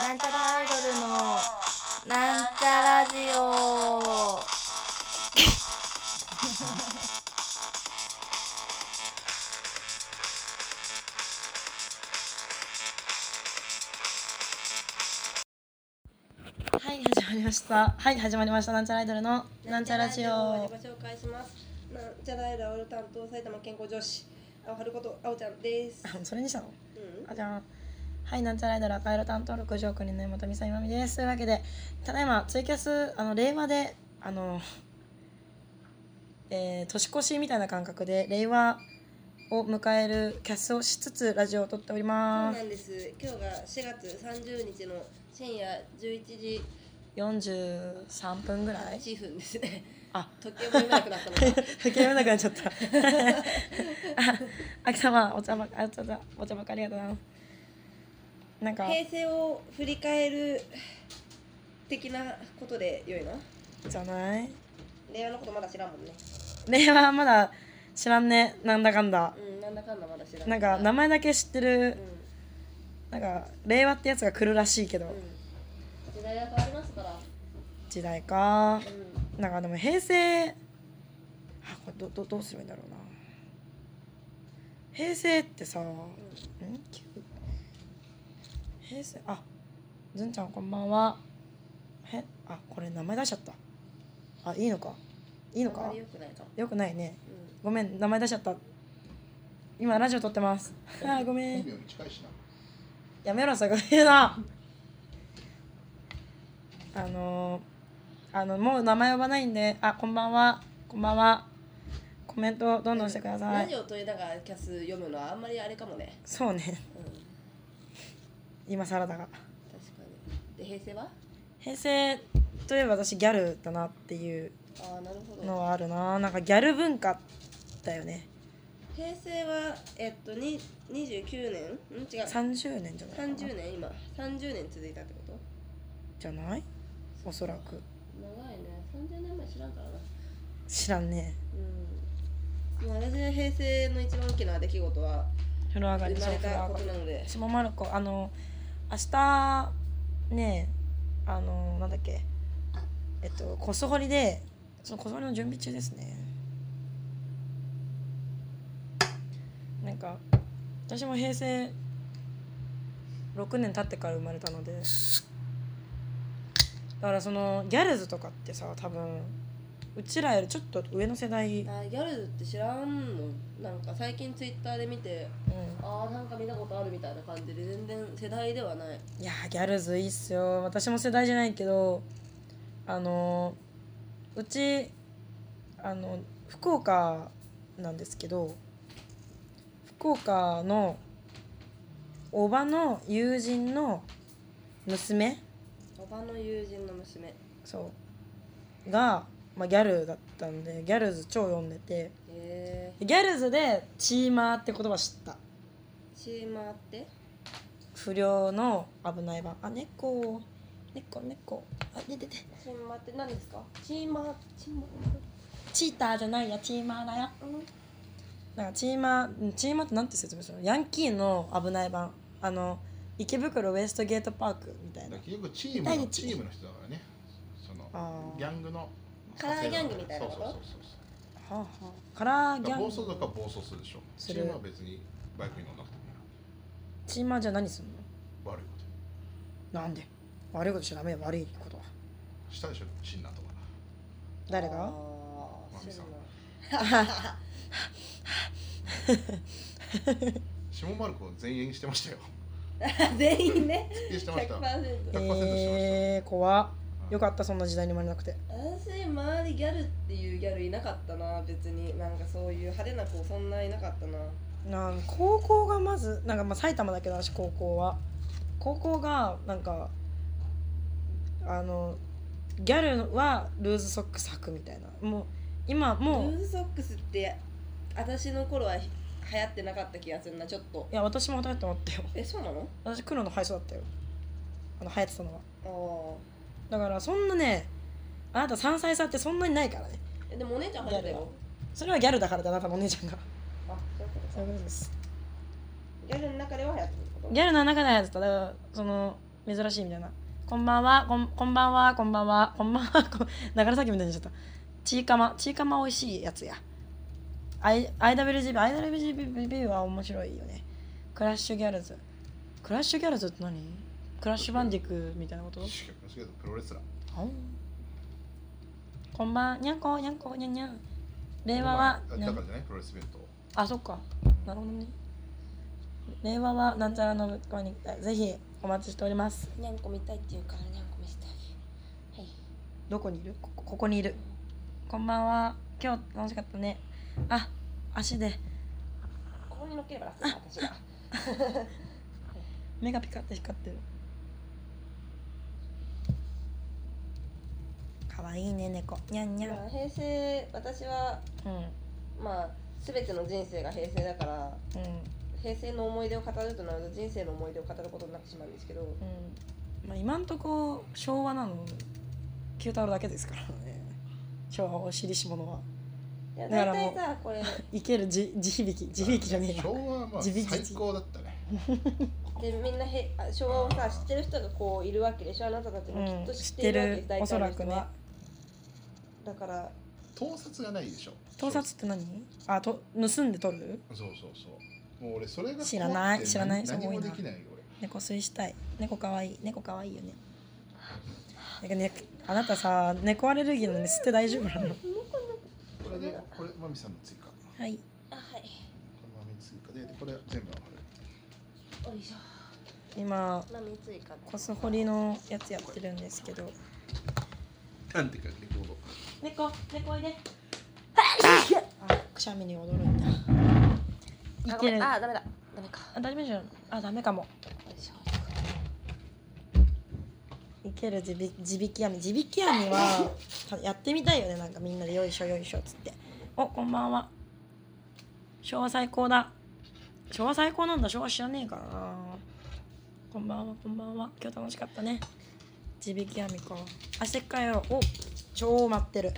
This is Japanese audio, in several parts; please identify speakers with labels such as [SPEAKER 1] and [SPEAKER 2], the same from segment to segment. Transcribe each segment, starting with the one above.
[SPEAKER 1] なんちゃらアイドルのなんちゃラジオ
[SPEAKER 2] はい始まりましたはい始まりましたなんちゃらアイドルのなんちゃラジオ
[SPEAKER 3] ご紹介します。なんちゃらアイドル担当埼玉健康女子青春こと青ちゃんです。
[SPEAKER 2] あそれにしたの
[SPEAKER 3] うん。
[SPEAKER 2] あじゃあはいなんちゃらアイドル赤色担当六条国の山本美沙今美ですというわけでただいまツイキャスあの令和であのえー、年越しみたいな感覚で令和を迎えるキャスをしつつラジオを撮っており
[SPEAKER 3] そう
[SPEAKER 2] ま
[SPEAKER 3] な
[SPEAKER 2] す
[SPEAKER 3] んです。今日が4月30日の深夜11時
[SPEAKER 2] 43分ぐらい
[SPEAKER 3] 8分ですね。
[SPEAKER 2] あ
[SPEAKER 3] 時計も読めなくなった のか。
[SPEAKER 2] 吹き読めなくなっちゃった。 あ、きさま、お茶ば、あ、ちょっと、お茶ばっかありがとうございます。なんか、
[SPEAKER 3] 平成を振り返る的なことで良いの？
[SPEAKER 2] じゃない。
[SPEAKER 3] 令和のことまだ知らんもんね。
[SPEAKER 2] 令和はまだ知らんね、なんだかんだ。
[SPEAKER 3] うん。なんだかんだまだ知らん。
[SPEAKER 2] なんか、名前だけ知ってる
[SPEAKER 3] う、ん。
[SPEAKER 2] なんか、令和ってやつが来るらしいけ
[SPEAKER 3] う
[SPEAKER 2] ど。
[SPEAKER 3] ん。時代が変わりますから。
[SPEAKER 2] 時代か。
[SPEAKER 3] う
[SPEAKER 2] なんか、でも、平成。あ、これ、ど、ど、どうすればいいんだろうな。平成ってさ。
[SPEAKER 3] ん。
[SPEAKER 2] ん急平成あずんちゃんこんばんはへあこれ名前出しちゃったあいいのかいいの
[SPEAKER 3] あんま
[SPEAKER 2] か
[SPEAKER 3] り良くないかも。
[SPEAKER 2] よくないね
[SPEAKER 3] うん。
[SPEAKER 2] ごめん名前出しちゃった今ラジオ撮ってます あーごめ
[SPEAKER 4] 本
[SPEAKER 2] ん
[SPEAKER 4] 名に近いしな。
[SPEAKER 2] やめろさごめんなあのー、あのもう名前呼ばないんであこんばんはこんばんはコメントどんどんしてくださ
[SPEAKER 3] ラ
[SPEAKER 2] い
[SPEAKER 3] ジオとりながらキャス読むのはあんまりあれかもね。
[SPEAKER 2] そうね
[SPEAKER 3] うん、確か
[SPEAKER 2] 今サラダが
[SPEAKER 3] に。で平成は？
[SPEAKER 2] 平成といえば私ギャルだなっていう
[SPEAKER 3] ああなるほ
[SPEAKER 2] の
[SPEAKER 3] ど。
[SPEAKER 2] はあるななんかギャル文化だよね
[SPEAKER 3] 平成はえっとに二十九年？ん違う。
[SPEAKER 2] 30年じゃないかな
[SPEAKER 3] 三十年今三十年続いたってこと？
[SPEAKER 2] じゃないおそらく
[SPEAKER 3] 長いね。三十年前知らんからな。
[SPEAKER 2] 知らんね
[SPEAKER 3] うん。もう私の平成の一番大きな出来事は
[SPEAKER 2] 風呂上が
[SPEAKER 3] 生ま
[SPEAKER 2] り
[SPEAKER 3] れ
[SPEAKER 2] そう風呂
[SPEAKER 3] た
[SPEAKER 2] 上
[SPEAKER 3] こ
[SPEAKER 2] が
[SPEAKER 3] と
[SPEAKER 2] り
[SPEAKER 3] なので。
[SPEAKER 2] 下まる子あの明日ねあのなんだっけえっとコス掘りでそのコス掘りの準備中ですねなんか私も平成6年経ってから生まれたのでだからそのギャルズとかってさ多分うちらよりちょっと上の世代、うん
[SPEAKER 3] あーギャルズって知らんの？なんか最近ツイッターで見て、ああなんか見たことあるみたいな感じで全然世代ではない。
[SPEAKER 2] いやーギャルズいいっすよ私も世代じゃないけどあのーうちあの福岡なんですけど福岡のおばの友人の娘
[SPEAKER 3] おばの友人の娘。
[SPEAKER 2] そうが、まあ、ギャルだったんでギャルズ超読んでて
[SPEAKER 3] え
[SPEAKER 2] ギャルズでチーマーって言葉知った
[SPEAKER 3] ー、チーマーって
[SPEAKER 2] 不良の危ない版あ猫猫猫あ出てて
[SPEAKER 3] チーマーって何ですかチーマーチーマー
[SPEAKER 2] チーターじゃないよチーマーだよ
[SPEAKER 3] うん
[SPEAKER 2] なんかチーマーうんチーマーってなんて説明するのヤンキーの危ない版あの池袋ウエストゲートパークみたいな
[SPEAKER 4] 結局チーム
[SPEAKER 2] 第
[SPEAKER 4] の
[SPEAKER 2] 一
[SPEAKER 4] チームの人だからね。そ
[SPEAKER 2] あ
[SPEAKER 4] の
[SPEAKER 2] ー
[SPEAKER 4] ギャングの
[SPEAKER 3] カラーギャングみたいなこと
[SPEAKER 4] そうそうそうそう
[SPEAKER 2] はあ、はあ、カラー
[SPEAKER 4] だ
[SPEAKER 2] ギ
[SPEAKER 4] から
[SPEAKER 2] ャ
[SPEAKER 4] 暴走
[SPEAKER 2] ン
[SPEAKER 4] 族
[SPEAKER 2] グ
[SPEAKER 4] は暴走するでしょ。
[SPEAKER 2] する
[SPEAKER 4] チームは別にバイクに乗んなくてもいい
[SPEAKER 2] チーマーじゃ何する
[SPEAKER 4] な悪いこと
[SPEAKER 2] のなんで悪いことしちゃダメよ悪いことは
[SPEAKER 4] したでしょ。死んだとか。
[SPEAKER 2] 誰が
[SPEAKER 3] あ
[SPEAKER 4] マ
[SPEAKER 3] ー
[SPEAKER 4] ミ
[SPEAKER 3] 知
[SPEAKER 4] さ
[SPEAKER 3] ら
[SPEAKER 4] ん
[SPEAKER 3] ない
[SPEAKER 4] 下丸子全員してましたよ。
[SPEAKER 3] あ 全員ね
[SPEAKER 4] 全員してまし た。
[SPEAKER 3] 100%
[SPEAKER 4] 100%して
[SPEAKER 2] えー、怖っ
[SPEAKER 4] うん
[SPEAKER 2] よかったそんな時代に生まれなくて
[SPEAKER 3] 私周りギャルっていうギャルいなかったな別になんかそういう派手な子そんないなかったな
[SPEAKER 2] なん高校がまずなんかまあ埼玉だけど私高校は高校がなんかあのギャルはルーズソックス履くみたいなもう今もう
[SPEAKER 3] ルーズソックスって私の頃は流行ってなかった気がするなちょっと
[SPEAKER 2] いや私も働いて思ったよ
[SPEAKER 3] えそうなの
[SPEAKER 2] 私黒の配送だったよあの流行ってたのは
[SPEAKER 3] あ
[SPEAKER 2] だからそんなねあなた3歳差ってそんなにないからね
[SPEAKER 3] あえでもお姉ちゃん流行ってた
[SPEAKER 2] ギャル
[SPEAKER 3] よ
[SPEAKER 2] それはギャルだからだあなたのお姉ちゃんが
[SPEAKER 3] あそういうこと
[SPEAKER 2] そういうことです
[SPEAKER 3] ギャルの中では流行ってるってこと
[SPEAKER 2] ギャルの中で流行ってただからその珍しいみたいな「こんばんはこんこんばんはこんばんはこんばんは」こう流れ先みたいになっちゃったちいかまちいかま美味しいやつや I- IWGB IWGB は面白いよねクラッシュギャルズクラッシュギャルズって何クラッシュバンディクみたいなこと
[SPEAKER 4] しかもけどプロレスラー
[SPEAKER 2] こんばんにゃんこにゃんこにゃんにゃん令和は
[SPEAKER 4] だからじゃないプロレスイベント
[SPEAKER 2] あそっかなるほどね令和はなんちゃらのぶっこにぜひお待ちしております
[SPEAKER 3] にゃんこ見たいって言うからにゃんこ見せてあげる
[SPEAKER 2] どこにいるここここにいるこんばんは今日楽しかったねあ足で
[SPEAKER 3] はいここに乗っければ楽だ私が
[SPEAKER 2] 目がピカって光ってるかわいいね猫にゃんにゃん
[SPEAKER 3] まあ平成私は
[SPEAKER 2] うんうん
[SPEAKER 3] まあ全ての人生が平成だから平成の思い出を語るとなると人生の思い出を語ることになってしまうんですけど
[SPEAKER 2] うんまあ今んとこ昭和なの九太郎だけですからね昭和お尻し者はい
[SPEAKER 3] や
[SPEAKER 2] だから
[SPEAKER 3] 大
[SPEAKER 2] もう
[SPEAKER 3] 体さこれ
[SPEAKER 2] いけるじ地響き地響きじゃねえ
[SPEAKER 4] 昭
[SPEAKER 2] な
[SPEAKER 4] 和はまあ
[SPEAKER 2] 地引き
[SPEAKER 4] 最高だったね
[SPEAKER 3] でみんなへあ昭和をさ知ってる人がこういるわけでしょあなたたちもきっと知っているわけです、
[SPEAKER 2] うん
[SPEAKER 3] 大体の人
[SPEAKER 2] おそらくね
[SPEAKER 3] はだから
[SPEAKER 4] 盗撮がないでしょ
[SPEAKER 2] 盗撮って何あと盗んで撮る
[SPEAKER 4] そうそうそうもう俺それが怖くて
[SPEAKER 2] 知らない知らない
[SPEAKER 4] 何
[SPEAKER 2] すごい
[SPEAKER 4] も
[SPEAKER 2] な
[SPEAKER 4] できないよ俺
[SPEAKER 2] 猫吸いしたい猫かわいい猫かわいいよねなんかねあなたさ猫アレルギーなのに吸って大丈夫 なの
[SPEAKER 4] これでこれマミさんの追加こ
[SPEAKER 2] はい
[SPEAKER 3] あはい
[SPEAKER 4] れマミ追加ででこれ全部ある
[SPEAKER 3] おいし
[SPEAKER 2] 今
[SPEAKER 3] ょ波追加
[SPEAKER 2] コスホリのやつやってるんですけど
[SPEAKER 4] なんて書くレコード
[SPEAKER 2] 猫猫おいであくしゃみに驚いたいけるあ
[SPEAKER 3] ダメだダメか
[SPEAKER 2] 大丈夫じゃんあダメかも
[SPEAKER 3] よいしょ
[SPEAKER 2] いける地び地引き網地引き網はたやってみたいよねなんかみんなでよいしょよいしょっつっておこんばんは昭和最高だ昭和最高なんだ昭和知らねえからなこんばんはこんばんは今日楽しかったね地引き網かあせっかいやろうお超待ってる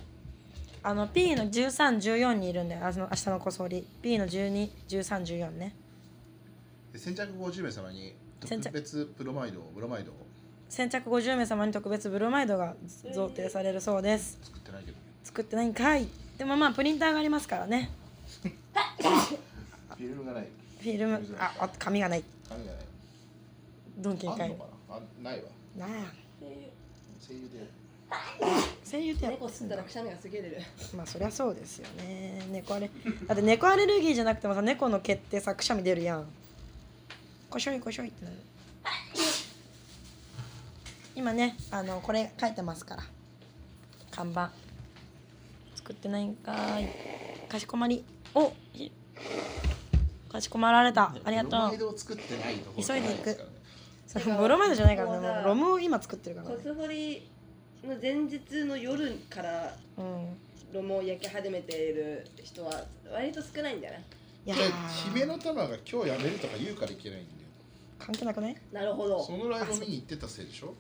[SPEAKER 2] あの P の1314にいるんだよあの明日のこそり P の121314ね
[SPEAKER 4] で先着50名様に
[SPEAKER 2] 先着
[SPEAKER 4] 特別プロマイドをブロマイドを
[SPEAKER 2] 先着50名様に特別ブロマイドが贈呈されるそうです
[SPEAKER 4] 作ってないけど
[SPEAKER 2] 作ってないんかいでもまあプリンターがありますからね
[SPEAKER 4] フィルムがない
[SPEAKER 2] フィルムああ紙がない
[SPEAKER 4] 紙がない
[SPEAKER 2] ドンキン
[SPEAKER 4] あ
[SPEAKER 2] か
[SPEAKER 4] ん
[SPEAKER 2] い
[SPEAKER 4] のかなあないわ
[SPEAKER 2] なあ
[SPEAKER 4] 声優で
[SPEAKER 2] 声優ってやっ
[SPEAKER 3] 猫
[SPEAKER 2] ぱ
[SPEAKER 3] 吸ったらくしゃみがすげえ出る
[SPEAKER 2] まあそりゃそうですよね猫アレだって猫アレルギーじゃなくてもさ猫の毛ってさくしゃみ出るやんこしょいこしょいってなる今ねあのこれ書いてますから看板作ってないんかーいかしこまりおひかしこまられたありが
[SPEAKER 4] ブロ
[SPEAKER 2] と
[SPEAKER 4] マイ
[SPEAKER 2] う
[SPEAKER 4] ドを作ってないところ
[SPEAKER 2] 急いでいく
[SPEAKER 4] じゃなからね
[SPEAKER 2] それブロマイドじゃないからね
[SPEAKER 3] もうさ
[SPEAKER 2] もうロムを今作ってるからね
[SPEAKER 3] コスホリの前日の夜から
[SPEAKER 2] うん
[SPEAKER 3] ロモを焼き始めている人は割と少ないんじゃない
[SPEAKER 2] いや
[SPEAKER 4] で
[SPEAKER 2] ー
[SPEAKER 4] 姫の玉が今日やめるとか言うからいけないんだよ
[SPEAKER 2] 関係なくね
[SPEAKER 3] なるほど
[SPEAKER 4] そのライブ見に行ってたせいでしょ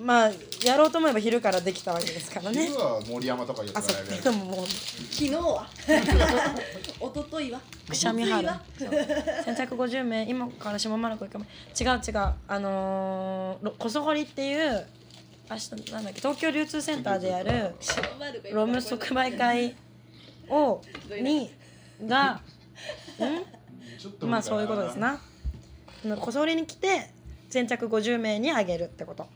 [SPEAKER 2] まあやろうと思えば昼からできたわけですからね
[SPEAKER 4] 昼は森山とか言う
[SPEAKER 2] あ
[SPEAKER 4] から
[SPEAKER 2] そ
[SPEAKER 4] やめ
[SPEAKER 2] う
[SPEAKER 4] る
[SPEAKER 2] でももう
[SPEAKER 3] 昨日 は一昨日は
[SPEAKER 2] くしゃみ
[SPEAKER 3] は
[SPEAKER 2] 春先着50名今から下丸子行くかも違う違うあのーロコソホリっていう明日なんだっけ東京流通センターでやるロム即売会をにが
[SPEAKER 4] ちょっと
[SPEAKER 2] まあそういうことですなあのコソホリに来て先着50名にあげるってこと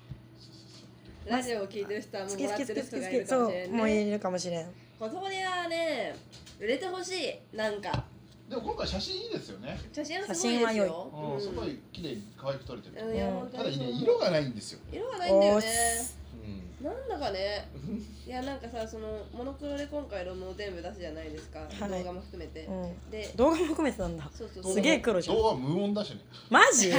[SPEAKER 3] ラジオを聞いてる人はも
[SPEAKER 2] 好
[SPEAKER 3] う
[SPEAKER 2] き
[SPEAKER 3] も
[SPEAKER 2] 好
[SPEAKER 3] らっ
[SPEAKER 2] き好
[SPEAKER 3] て
[SPEAKER 2] き
[SPEAKER 3] る
[SPEAKER 2] 好き
[SPEAKER 3] 人
[SPEAKER 2] 好
[SPEAKER 3] がい
[SPEAKER 2] き
[SPEAKER 3] るかも
[SPEAKER 2] そ
[SPEAKER 3] しれ
[SPEAKER 2] うもういるかもしれん
[SPEAKER 3] ないねコソホリはね売れてほしいなんか
[SPEAKER 4] でも今回写真いいですよね
[SPEAKER 3] 写真はすごいですよ
[SPEAKER 4] うんすご
[SPEAKER 3] うん
[SPEAKER 4] い綺麗に可愛く撮れてる
[SPEAKER 3] うんいや
[SPEAKER 2] うん
[SPEAKER 3] 本当
[SPEAKER 4] ただ
[SPEAKER 3] に
[SPEAKER 4] ね
[SPEAKER 3] そう
[SPEAKER 4] 色がないんですよ
[SPEAKER 3] 色がないんだよね
[SPEAKER 4] うん
[SPEAKER 3] なんだか ねいやなんかさそのモノクロで今回ロムを全部出すじゃないですか、
[SPEAKER 2] い
[SPEAKER 3] 動画も含めて、
[SPEAKER 2] うん
[SPEAKER 3] で
[SPEAKER 2] 動画も含めてなんだ
[SPEAKER 3] そうそう
[SPEAKER 2] すげえ黒じゃん
[SPEAKER 4] 動画無音だしね
[SPEAKER 2] マジや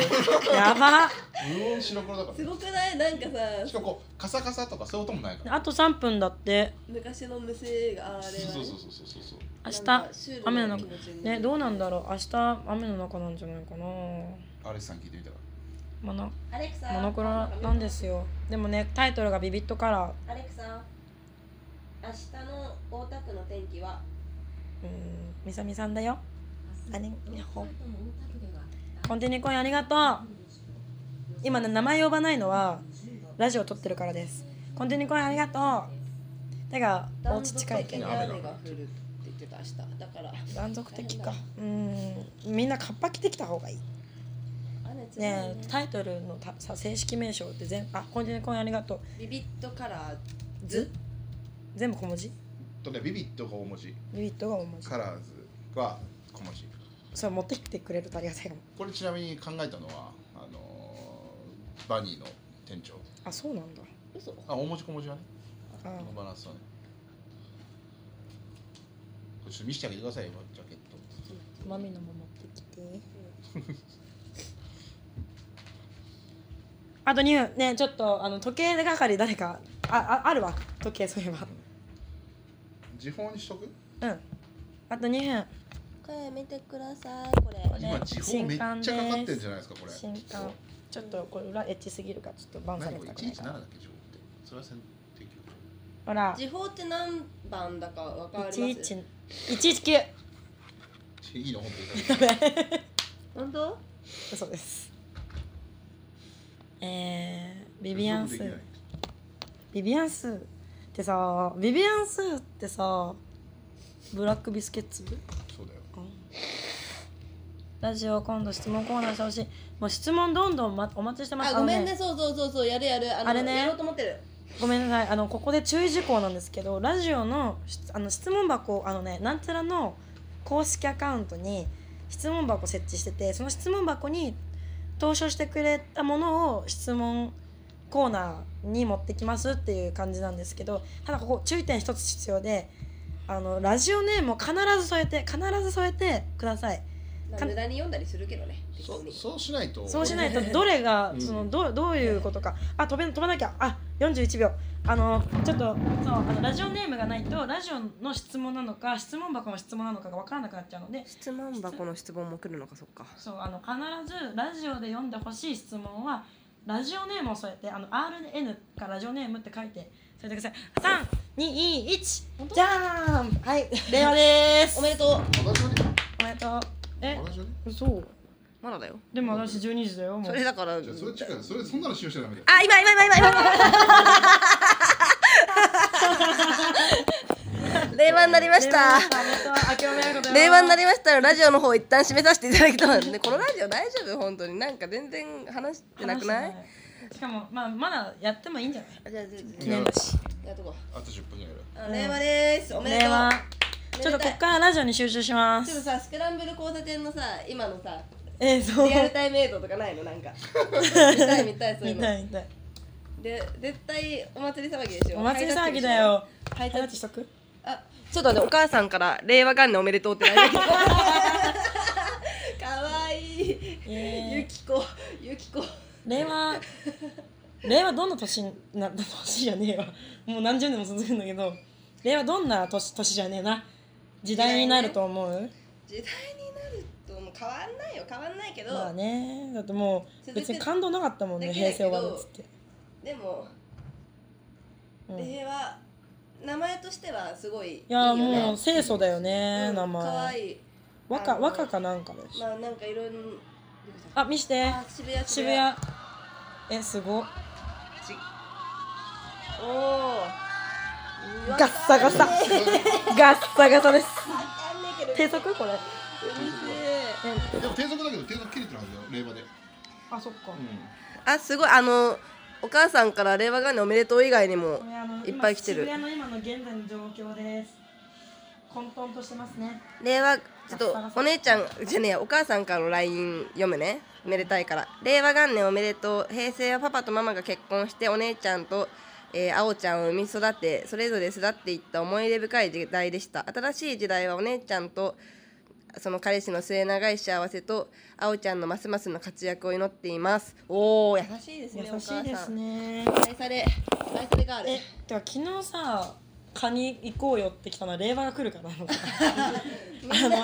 [SPEAKER 2] ば
[SPEAKER 4] 無音白黒だから
[SPEAKER 3] す
[SPEAKER 4] ね
[SPEAKER 3] ごくないなんか
[SPEAKER 4] し
[SPEAKER 3] さ
[SPEAKER 4] かもこうカサカサとかそういう音もないから
[SPEAKER 2] あと3分だって
[SPEAKER 3] 昔の無声があれは、ね、
[SPEAKER 4] そうそうそうそうそうそう
[SPEAKER 2] 明
[SPEAKER 3] なん
[SPEAKER 2] 日
[SPEAKER 3] かシュールな
[SPEAKER 2] 雨の
[SPEAKER 3] 気
[SPEAKER 2] 中
[SPEAKER 3] 持ちになる
[SPEAKER 2] ねどうなんだろう明日雨の中なんじゃないかな
[SPEAKER 4] アレスさん聞いてみたら
[SPEAKER 2] モノ
[SPEAKER 3] アレクサ
[SPEAKER 2] モノクロなんですよでもねタイトルがビビットカラー
[SPEAKER 3] アレクサ明日の大田区の天気は
[SPEAKER 2] うんみさみさんだよあれほん
[SPEAKER 5] 大田区では
[SPEAKER 2] コンティニコインありがとう今ね名前呼ばないのはラジオ撮ってるからですコンティニコインありがとうてかお家近いけど
[SPEAKER 4] 断
[SPEAKER 3] 雨
[SPEAKER 4] 続的に雨
[SPEAKER 3] が
[SPEAKER 4] が
[SPEAKER 3] 降るって言ってた明日だから
[SPEAKER 2] 断続的かうんみんなカッパ着てきた方がいい
[SPEAKER 3] 雨つらい
[SPEAKER 2] ねえタイトルのたさ正式名称って全あコンティニコインありがとう
[SPEAKER 3] ビビットカラー
[SPEAKER 2] ず全部小文字
[SPEAKER 4] とねビビッとが大文字
[SPEAKER 2] ビビットが大文字
[SPEAKER 4] カラーズは小文字
[SPEAKER 2] それ持ってきてくれるとありがたいかも
[SPEAKER 4] これちなみに考えたのはあのーバニーの店長
[SPEAKER 2] あそうなんだ
[SPEAKER 3] 嘘
[SPEAKER 4] あ大文字小文字はね
[SPEAKER 2] あ
[SPEAKER 4] このバランスはねこれちょっと見せてあげてくださいよジャケット
[SPEAKER 2] マミのも持ってきて あとニューねちょっとあの時計係誰かあああるわ時計そういえば
[SPEAKER 4] 時報にしとく
[SPEAKER 2] うんあと2分
[SPEAKER 3] これ見てくださいこれ
[SPEAKER 2] ね
[SPEAKER 4] 今時報めっちゃかかってるんじゃないですかこれ
[SPEAKER 2] 新刊ちょっとこれ裏エッチすぎるからちょっとバンさ
[SPEAKER 4] 何
[SPEAKER 2] れ
[SPEAKER 4] これ
[SPEAKER 2] たくない
[SPEAKER 4] 117
[SPEAKER 2] から
[SPEAKER 4] だっけ時報ってそれは選定記録
[SPEAKER 2] ほら
[SPEAKER 3] 時報って何番だかわかります
[SPEAKER 2] 119 119
[SPEAKER 4] ちいいの本当に
[SPEAKER 3] 本当
[SPEAKER 2] 嘘ですえー、ビビアンス
[SPEAKER 4] 接続できない
[SPEAKER 2] ビビアンスーってさビビアンスーってさブラックビスケッツ
[SPEAKER 4] そうだよ
[SPEAKER 2] ラジオ今度質問コーナーしてほしいもう質問どんどんまお待ちしてます
[SPEAKER 3] あごめんねそうそうそうそうやるやるあの
[SPEAKER 2] あれね
[SPEAKER 3] やろうと思ってる
[SPEAKER 2] ごめんなさいあのここで注意事項なんですけどラジオのしあの質問箱あのねなんちゃらの公式アカウントに質問箱設置しててその質問箱に投書してくれたものを質問コーナーに持ってきますっていう感じなんですけどただここ注意点一つ必要であのラジオネームを必ず添えて必ず添えてください
[SPEAKER 3] まあ
[SPEAKER 2] か
[SPEAKER 3] 無駄に読んだりするけどね別
[SPEAKER 4] そ
[SPEAKER 3] に
[SPEAKER 4] そうしないと
[SPEAKER 2] そうしないとどれが
[SPEAKER 4] うん
[SPEAKER 2] そのどうどういうことかあ飛べ飛ばなきゃあ41秒あのちょっとそうあのラジオネームがないとラジオの質問なのか質問箱の質問なのかが分からなくなっちゃうので
[SPEAKER 5] 質問箱の質問も来るのかそっか
[SPEAKER 2] そうあの必ずラジオで読んでほしい質問はラジオネームを添えてあの RN かラジオネームって書いて添えてください321じゃーん はい令和でーす
[SPEAKER 3] おめでとう
[SPEAKER 4] 私はね
[SPEAKER 2] おめでとうえ
[SPEAKER 4] 私はね
[SPEAKER 2] そう
[SPEAKER 5] まだだよ
[SPEAKER 2] でも私12時だよも
[SPEAKER 5] そうれだからあ
[SPEAKER 4] じゃ
[SPEAKER 5] 今
[SPEAKER 4] あそれ違うよそれそんなの使用しちゃダメだよ
[SPEAKER 5] 今今今 今今令和になりました令
[SPEAKER 2] 令和
[SPEAKER 5] 和
[SPEAKER 2] に
[SPEAKER 5] に
[SPEAKER 2] な
[SPEAKER 5] な
[SPEAKER 2] り
[SPEAKER 5] りましたらラジオの方一旦締めさせていただきたいのでこのラジオ大丈夫本当になんか全然話してなくない
[SPEAKER 2] しかも、まあ、まだやってもいいんじゃない
[SPEAKER 5] あじゃあじゃあ
[SPEAKER 2] 記念だし
[SPEAKER 3] やっとこ
[SPEAKER 4] あと10分ぐらいだよ
[SPEAKER 3] うあ令和ですおめでとう
[SPEAKER 2] 令和
[SPEAKER 3] めで
[SPEAKER 2] ちょ
[SPEAKER 3] た
[SPEAKER 2] っと
[SPEAKER 3] い
[SPEAKER 2] こっからラジオに集中しま
[SPEAKER 3] ちょっと
[SPEAKER 2] す
[SPEAKER 3] さスクランブル交差点のさ今のさ
[SPEAKER 2] えー、そう
[SPEAKER 3] リアルタイム映像とかない のなんか見たい見たいそうい
[SPEAKER 2] 見
[SPEAKER 3] うの
[SPEAKER 2] たい見たい
[SPEAKER 3] で絶対お祭り騒ぎでしょ
[SPEAKER 2] お祭り騒ぎだよハイタッチしとく
[SPEAKER 3] あ
[SPEAKER 5] ちょっと待ってお母さんから令和元年おめでとうって来て
[SPEAKER 3] かわいい
[SPEAKER 2] えー
[SPEAKER 3] ゆきこゆきこ
[SPEAKER 2] 令和令和どんな年にな年じゃねえわもう何十年も続くんだけど令和どんな年年じゃねえな時代になると思う、
[SPEAKER 3] 時代になるともう変わんないよ変わんないけど、
[SPEAKER 2] まあねだってもう別に感動なかったもんね
[SPEAKER 3] 続け
[SPEAKER 2] 平成
[SPEAKER 3] る
[SPEAKER 2] 終わるっつって、
[SPEAKER 3] でも
[SPEAKER 2] うん、い
[SPEAKER 3] 令和名前としてはすごいいい
[SPEAKER 2] や
[SPEAKER 3] よね
[SPEAKER 2] もう清楚だよね、名前
[SPEAKER 3] かわいい
[SPEAKER 2] 和歌
[SPEAKER 3] あの
[SPEAKER 2] 和歌かなんかでしょ
[SPEAKER 3] まあなんかいろいろ
[SPEAKER 2] あ見して
[SPEAKER 3] あ渋谷
[SPEAKER 2] 渋谷えすご
[SPEAKER 3] おお
[SPEAKER 2] ガッサ ガサガッサガサです
[SPEAKER 3] あんねえけど
[SPEAKER 2] 低速これ
[SPEAKER 4] でも低速だけど低速切れてるはずだよ令和で
[SPEAKER 2] あそっか
[SPEAKER 5] あすごいあのお母さんから令和元年おめでとう以外にも
[SPEAKER 2] これあの
[SPEAKER 5] いっぱい来てる
[SPEAKER 2] 今渋谷の今の現在の状況です混沌としてますね
[SPEAKER 5] 令和ちょっとお姉ちゃんじゃねえやお母さんからの LINE 読むねめでたいから令和元年おめでとう平成はパパとママが結婚してお姉ちゃんとえー、あおちゃんを産み育てそれぞれ育っていった思い出深い時代でした新しい時代はお姉ちゃんとその彼氏の末永い幸せとあおちゃんのますますの活躍を祈っていますおお優しいです
[SPEAKER 2] 優
[SPEAKER 5] ねお母
[SPEAKER 2] し
[SPEAKER 5] さ
[SPEAKER 2] い
[SPEAKER 5] ん
[SPEAKER 2] ですね
[SPEAKER 3] 愛され愛されがある
[SPEAKER 2] えてか昨日さカニ行こうよって来たのは令和が来るからなのか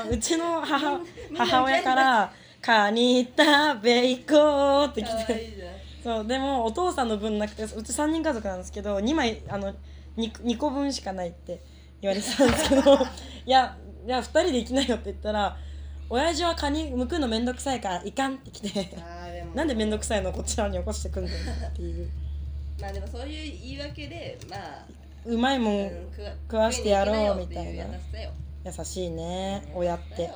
[SPEAKER 2] あのうちの母母親から「カニ食べ行こう」って来
[SPEAKER 3] 可
[SPEAKER 2] て
[SPEAKER 3] 愛いじゃん
[SPEAKER 2] そうでもお父さんの分なくてうち3人家族なんですけど2枚あの 2, 2個分しかないって言われてたんですけど いやいや2人で行きなよって言ったら親父はカニ剥くのめんどくさいからいかんって来て
[SPEAKER 3] あーでも
[SPEAKER 2] なんで面倒くさいのこっちらに起こしてくんだよっていう
[SPEAKER 3] まあでもそういう言い訳でまあ、
[SPEAKER 2] うまいも
[SPEAKER 3] うんん食わ
[SPEAKER 2] 食わしてやろう
[SPEAKER 3] 食に行きなよってう優しさよ
[SPEAKER 2] 優しいね親って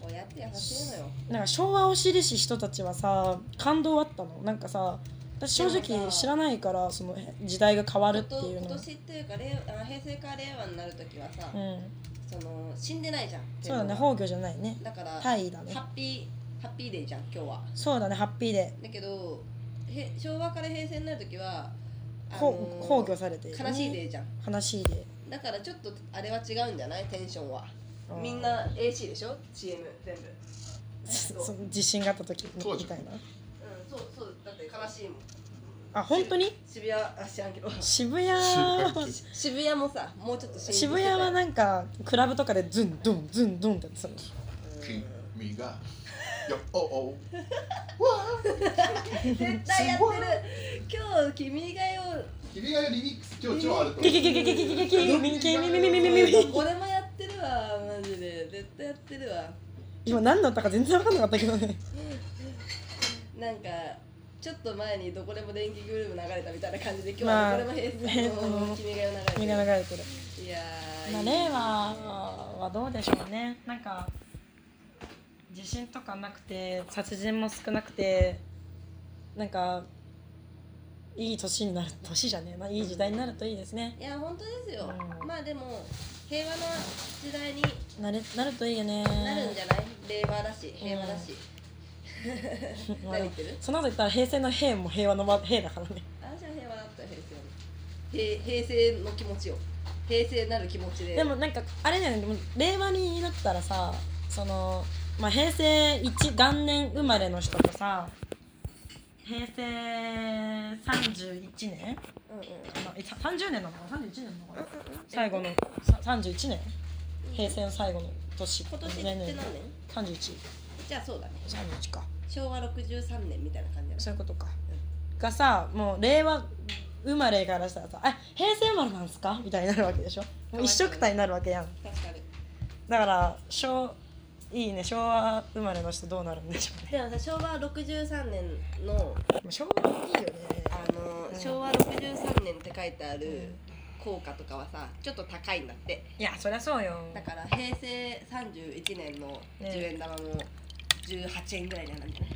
[SPEAKER 3] 親って優しいのよ
[SPEAKER 2] なんか昭和を知りし人たちはさ感動あったのなんかさ私正
[SPEAKER 3] でも
[SPEAKER 2] 直
[SPEAKER 3] さ
[SPEAKER 2] 知らないからその時代が変わるっていう
[SPEAKER 3] 今
[SPEAKER 2] の
[SPEAKER 3] 年っていうか令あ平成から令和になる時はさ、
[SPEAKER 2] うん
[SPEAKER 3] その死んでないじゃん
[SPEAKER 2] そうだね
[SPEAKER 3] 天皇
[SPEAKER 2] 崩御じゃないね
[SPEAKER 3] だから、
[SPEAKER 2] 大位だね
[SPEAKER 3] ハッピーハッピーデーじゃん今日は
[SPEAKER 2] そうだねハッピーで
[SPEAKER 3] だけどへ昭和から平成になる時はあ
[SPEAKER 2] ほ
[SPEAKER 3] のー
[SPEAKER 2] 崩御されている、
[SPEAKER 3] 悲しいデーじゃん
[SPEAKER 2] 悲しいで
[SPEAKER 3] だからちょっとあれは違うんじゃないテンションは
[SPEAKER 2] あー
[SPEAKER 3] みんな AC でしょ CM 全部
[SPEAKER 2] そ
[SPEAKER 3] そう
[SPEAKER 2] その地震があった時み
[SPEAKER 4] 当時
[SPEAKER 2] たいな
[SPEAKER 3] うんそうそうだって悲しいもん
[SPEAKER 2] あ本当に
[SPEAKER 3] 渋谷あ知らんけど
[SPEAKER 2] 渋谷は
[SPEAKER 3] 渋谷もさもうちょっと
[SPEAKER 2] 渋谷はなんかクラブとかでズンドンズンドンってやってたの
[SPEAKER 4] 君がよおお
[SPEAKER 3] 絶対やってる今日君がよ
[SPEAKER 4] 君がリミックス今日超あると思う
[SPEAKER 2] キキキキキキキキキミミキミミミミミミミ
[SPEAKER 3] 俺もやってるわマジで絶対やってるわ
[SPEAKER 2] 今何だったか全然分かんなかったけどね
[SPEAKER 3] なんかちょっと前にどこでも電気グルーヴ流れたみたいな感じで今日
[SPEAKER 2] ま
[SPEAKER 3] は
[SPEAKER 2] あ
[SPEAKER 3] どこでも平成の君がよ
[SPEAKER 2] 君
[SPEAKER 3] 流
[SPEAKER 2] が
[SPEAKER 3] れ
[SPEAKER 2] 流れて
[SPEAKER 3] て
[SPEAKER 2] る
[SPEAKER 3] るいや
[SPEAKER 2] まあ
[SPEAKER 3] ー
[SPEAKER 2] 令和はどうでしょうねなんか地震とかなくて殺人も少なくてなんかいい年になる年じゃねえないい時代になるといいですね
[SPEAKER 3] いや本当ですよ
[SPEAKER 2] うん
[SPEAKER 3] まあでも平和な時代に
[SPEAKER 2] なれなるといいよね
[SPEAKER 3] なるんじゃない令和だし平和だし
[SPEAKER 2] まあ
[SPEAKER 3] 何言ってる
[SPEAKER 2] その後言ったら平成の平も平和の和平だからね
[SPEAKER 3] あじゃあ平和だったら平成の平平成の気持ちを平成なる気持ちで
[SPEAKER 2] でもなんかあれだよねでも令和になったらさその、まあ、平成1元年生まれの人とさ平成31年、ま
[SPEAKER 3] うんうん
[SPEAKER 2] あ、いさ30年なのかな31年なのかな最後のさ31年平成の最後の年
[SPEAKER 3] 今年って何年
[SPEAKER 2] 3131
[SPEAKER 3] じゃあそうだね
[SPEAKER 2] か
[SPEAKER 3] 昭和63年みたいな感じだね
[SPEAKER 2] そういうことか、がさもう令和生まれからしたらさ「あ平成生まれなんすか?」みたいになるわけでしょもう一緒くたになるわけやん
[SPEAKER 3] 確かに
[SPEAKER 2] だから昭いいね昭和生まれの人どうなるんでしょうね
[SPEAKER 3] でもさ昭和63年の
[SPEAKER 2] もう昭和いいよね
[SPEAKER 3] あの、昭和63年って書いてある効果とかはさちょっと高いんだって
[SPEAKER 2] いやそりゃそうよ
[SPEAKER 3] だから平成31年の10円玉も18円ぐらいにはなるんじゃない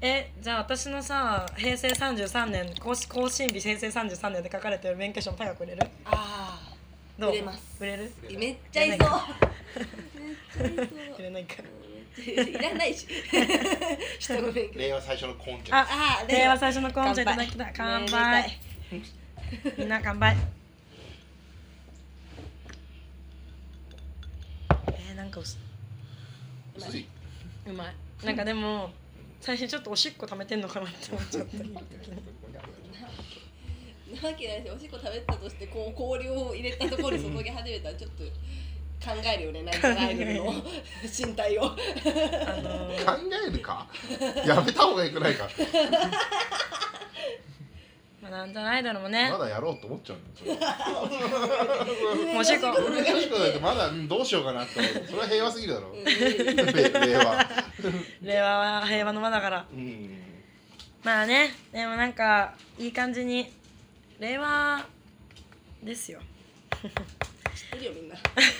[SPEAKER 2] えじゃあ私のさ平成33年更新更新日平成33年で書かれてる免許証も高く売れる
[SPEAKER 3] ああ
[SPEAKER 2] どう
[SPEAKER 3] 売れます
[SPEAKER 2] 売れる
[SPEAKER 3] めっちゃいそうめっちゃい
[SPEAKER 2] 売れないか
[SPEAKER 3] そう いらないし人の勉強
[SPEAKER 4] 令和最初のコンテンツ
[SPEAKER 2] あ
[SPEAKER 3] あー
[SPEAKER 2] 令和最初のコンチェいただきたい乾
[SPEAKER 3] 乾杯
[SPEAKER 2] 杯みんな乾杯えー、なんか薄
[SPEAKER 4] 薄いう
[SPEAKER 2] まいなんかでも最初ちょっとおしっこ溜めてんのかなって思っちゃった
[SPEAKER 3] なわけないしおしっこ食べたとしてこう氷を入れたところに注ぎ始めたらちょっと考える よねなんかアイドルの身体を
[SPEAKER 2] あのー
[SPEAKER 4] 考えるかやめた方がい くないか
[SPEAKER 2] まあ、なんじゃないだろうね
[SPEAKER 4] まだやろうと思っちゃうんだよそれ
[SPEAKER 2] おしっこ
[SPEAKER 4] 俺が欲しくないとまだうんどうしようかなって思うそれは平和すぎるだろ
[SPEAKER 3] うん
[SPEAKER 4] 令 令和
[SPEAKER 2] 令和は平和の輪だから
[SPEAKER 4] うん
[SPEAKER 2] まあねでもなんかいい感じに令和です よ
[SPEAKER 3] 知ってるよみんな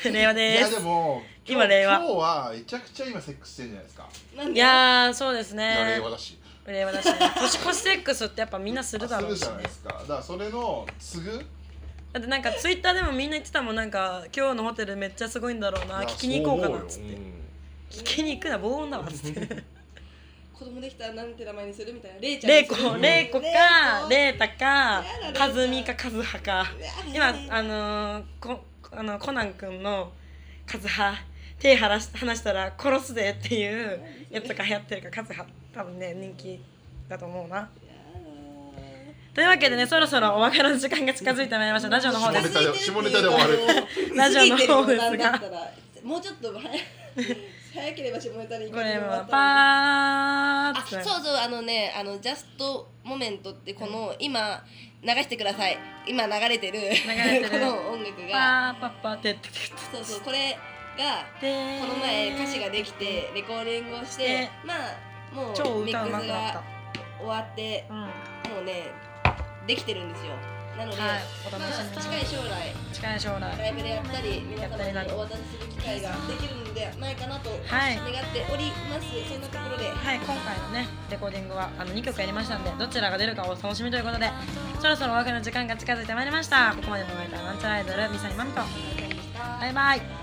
[SPEAKER 2] 令和
[SPEAKER 4] い
[SPEAKER 2] で
[SPEAKER 4] や
[SPEAKER 2] す
[SPEAKER 4] でも
[SPEAKER 2] 今令和
[SPEAKER 4] 今日はめちゃくちゃ今セックスしてるじゃないですか
[SPEAKER 3] なん
[SPEAKER 2] い
[SPEAKER 3] で
[SPEAKER 2] やーそうです
[SPEAKER 4] いや
[SPEAKER 2] ね
[SPEAKER 4] 令和だし
[SPEAKER 2] 令和だしね年越しセックスってやっぱみんなするだろう
[SPEAKER 4] す
[SPEAKER 2] し
[SPEAKER 4] じゃない
[SPEAKER 2] ね
[SPEAKER 4] ですかだからそれの継ぐ
[SPEAKER 2] だってなんかツイッターでもみんな言ってたもんなんか今日のホテルめっちゃすごいんだろうない
[SPEAKER 4] や
[SPEAKER 2] 聞きに行こうかな
[SPEAKER 4] そ
[SPEAKER 2] っつっ
[SPEAKER 4] 思う
[SPEAKER 2] て
[SPEAKER 4] よ
[SPEAKER 2] 聞きに行くな防音だわっつって
[SPEAKER 3] 子供できたらなんて名前にするみたいなレイちゃん
[SPEAKER 2] 玲
[SPEAKER 3] にす
[SPEAKER 2] 子
[SPEAKER 3] る
[SPEAKER 2] 玲子か
[SPEAKER 3] レイ
[SPEAKER 2] 玲太か
[SPEAKER 3] やだ
[SPEAKER 2] 和美か和葉か
[SPEAKER 3] 子
[SPEAKER 2] 今あのー、こあのコナン君の「カズハ手離し離したら殺すで」っていうやつが流行ってるからカズハ多分ね人気だと思うな。というわけでねそろそろお別れの時間が近づいてまいりましたラジオの方で
[SPEAKER 4] 下ネ
[SPEAKER 2] す。
[SPEAKER 4] タで下ネタで終わる
[SPEAKER 2] ラジオの方ですが
[SPEAKER 3] 過ぎてるよなんだったらもうちょっと早早ければ下ネタに行
[SPEAKER 2] これ
[SPEAKER 3] れ
[SPEAKER 2] は
[SPEAKER 3] ば
[SPEAKER 2] パー
[SPEAKER 3] あ
[SPEAKER 2] ッ
[SPEAKER 3] そう
[SPEAKER 2] と
[SPEAKER 3] そうあのねあのジャストモメントってこの、今流してください今流れてる
[SPEAKER 2] れてる
[SPEAKER 3] この音楽が
[SPEAKER 2] パーパッパーってって
[SPEAKER 3] そうそうこれが
[SPEAKER 2] で
[SPEAKER 3] この前歌詞ができてレコーディングをして
[SPEAKER 2] で
[SPEAKER 3] まあも
[SPEAKER 2] 超
[SPEAKER 3] うミ
[SPEAKER 2] 歌う
[SPEAKER 3] ッ
[SPEAKER 2] ま
[SPEAKER 3] ク
[SPEAKER 2] く
[SPEAKER 3] ス
[SPEAKER 2] なっ
[SPEAKER 3] が
[SPEAKER 2] た
[SPEAKER 3] 終わって
[SPEAKER 2] うんは
[SPEAKER 3] もうねできてるんですよなので、
[SPEAKER 2] いお
[SPEAKER 3] ま
[SPEAKER 2] 楽しみ
[SPEAKER 3] あ、
[SPEAKER 2] に
[SPEAKER 3] 近い将来
[SPEAKER 2] 近い将
[SPEAKER 3] ライ
[SPEAKER 2] 来
[SPEAKER 3] ブでやったり皆様
[SPEAKER 2] やったりな
[SPEAKER 3] に
[SPEAKER 2] ど
[SPEAKER 3] お渡しする機会ができるのではないかなと願って
[SPEAKER 2] はい
[SPEAKER 3] おります、そんなところで
[SPEAKER 2] はい今回のねレコーディングはあの2曲やりましたんでどちらが出るかお楽しみということでそろそろお別れの時間が近づいてまいりましたここまでのお相手はなんちゃらアイドルミサイマミとバイバイ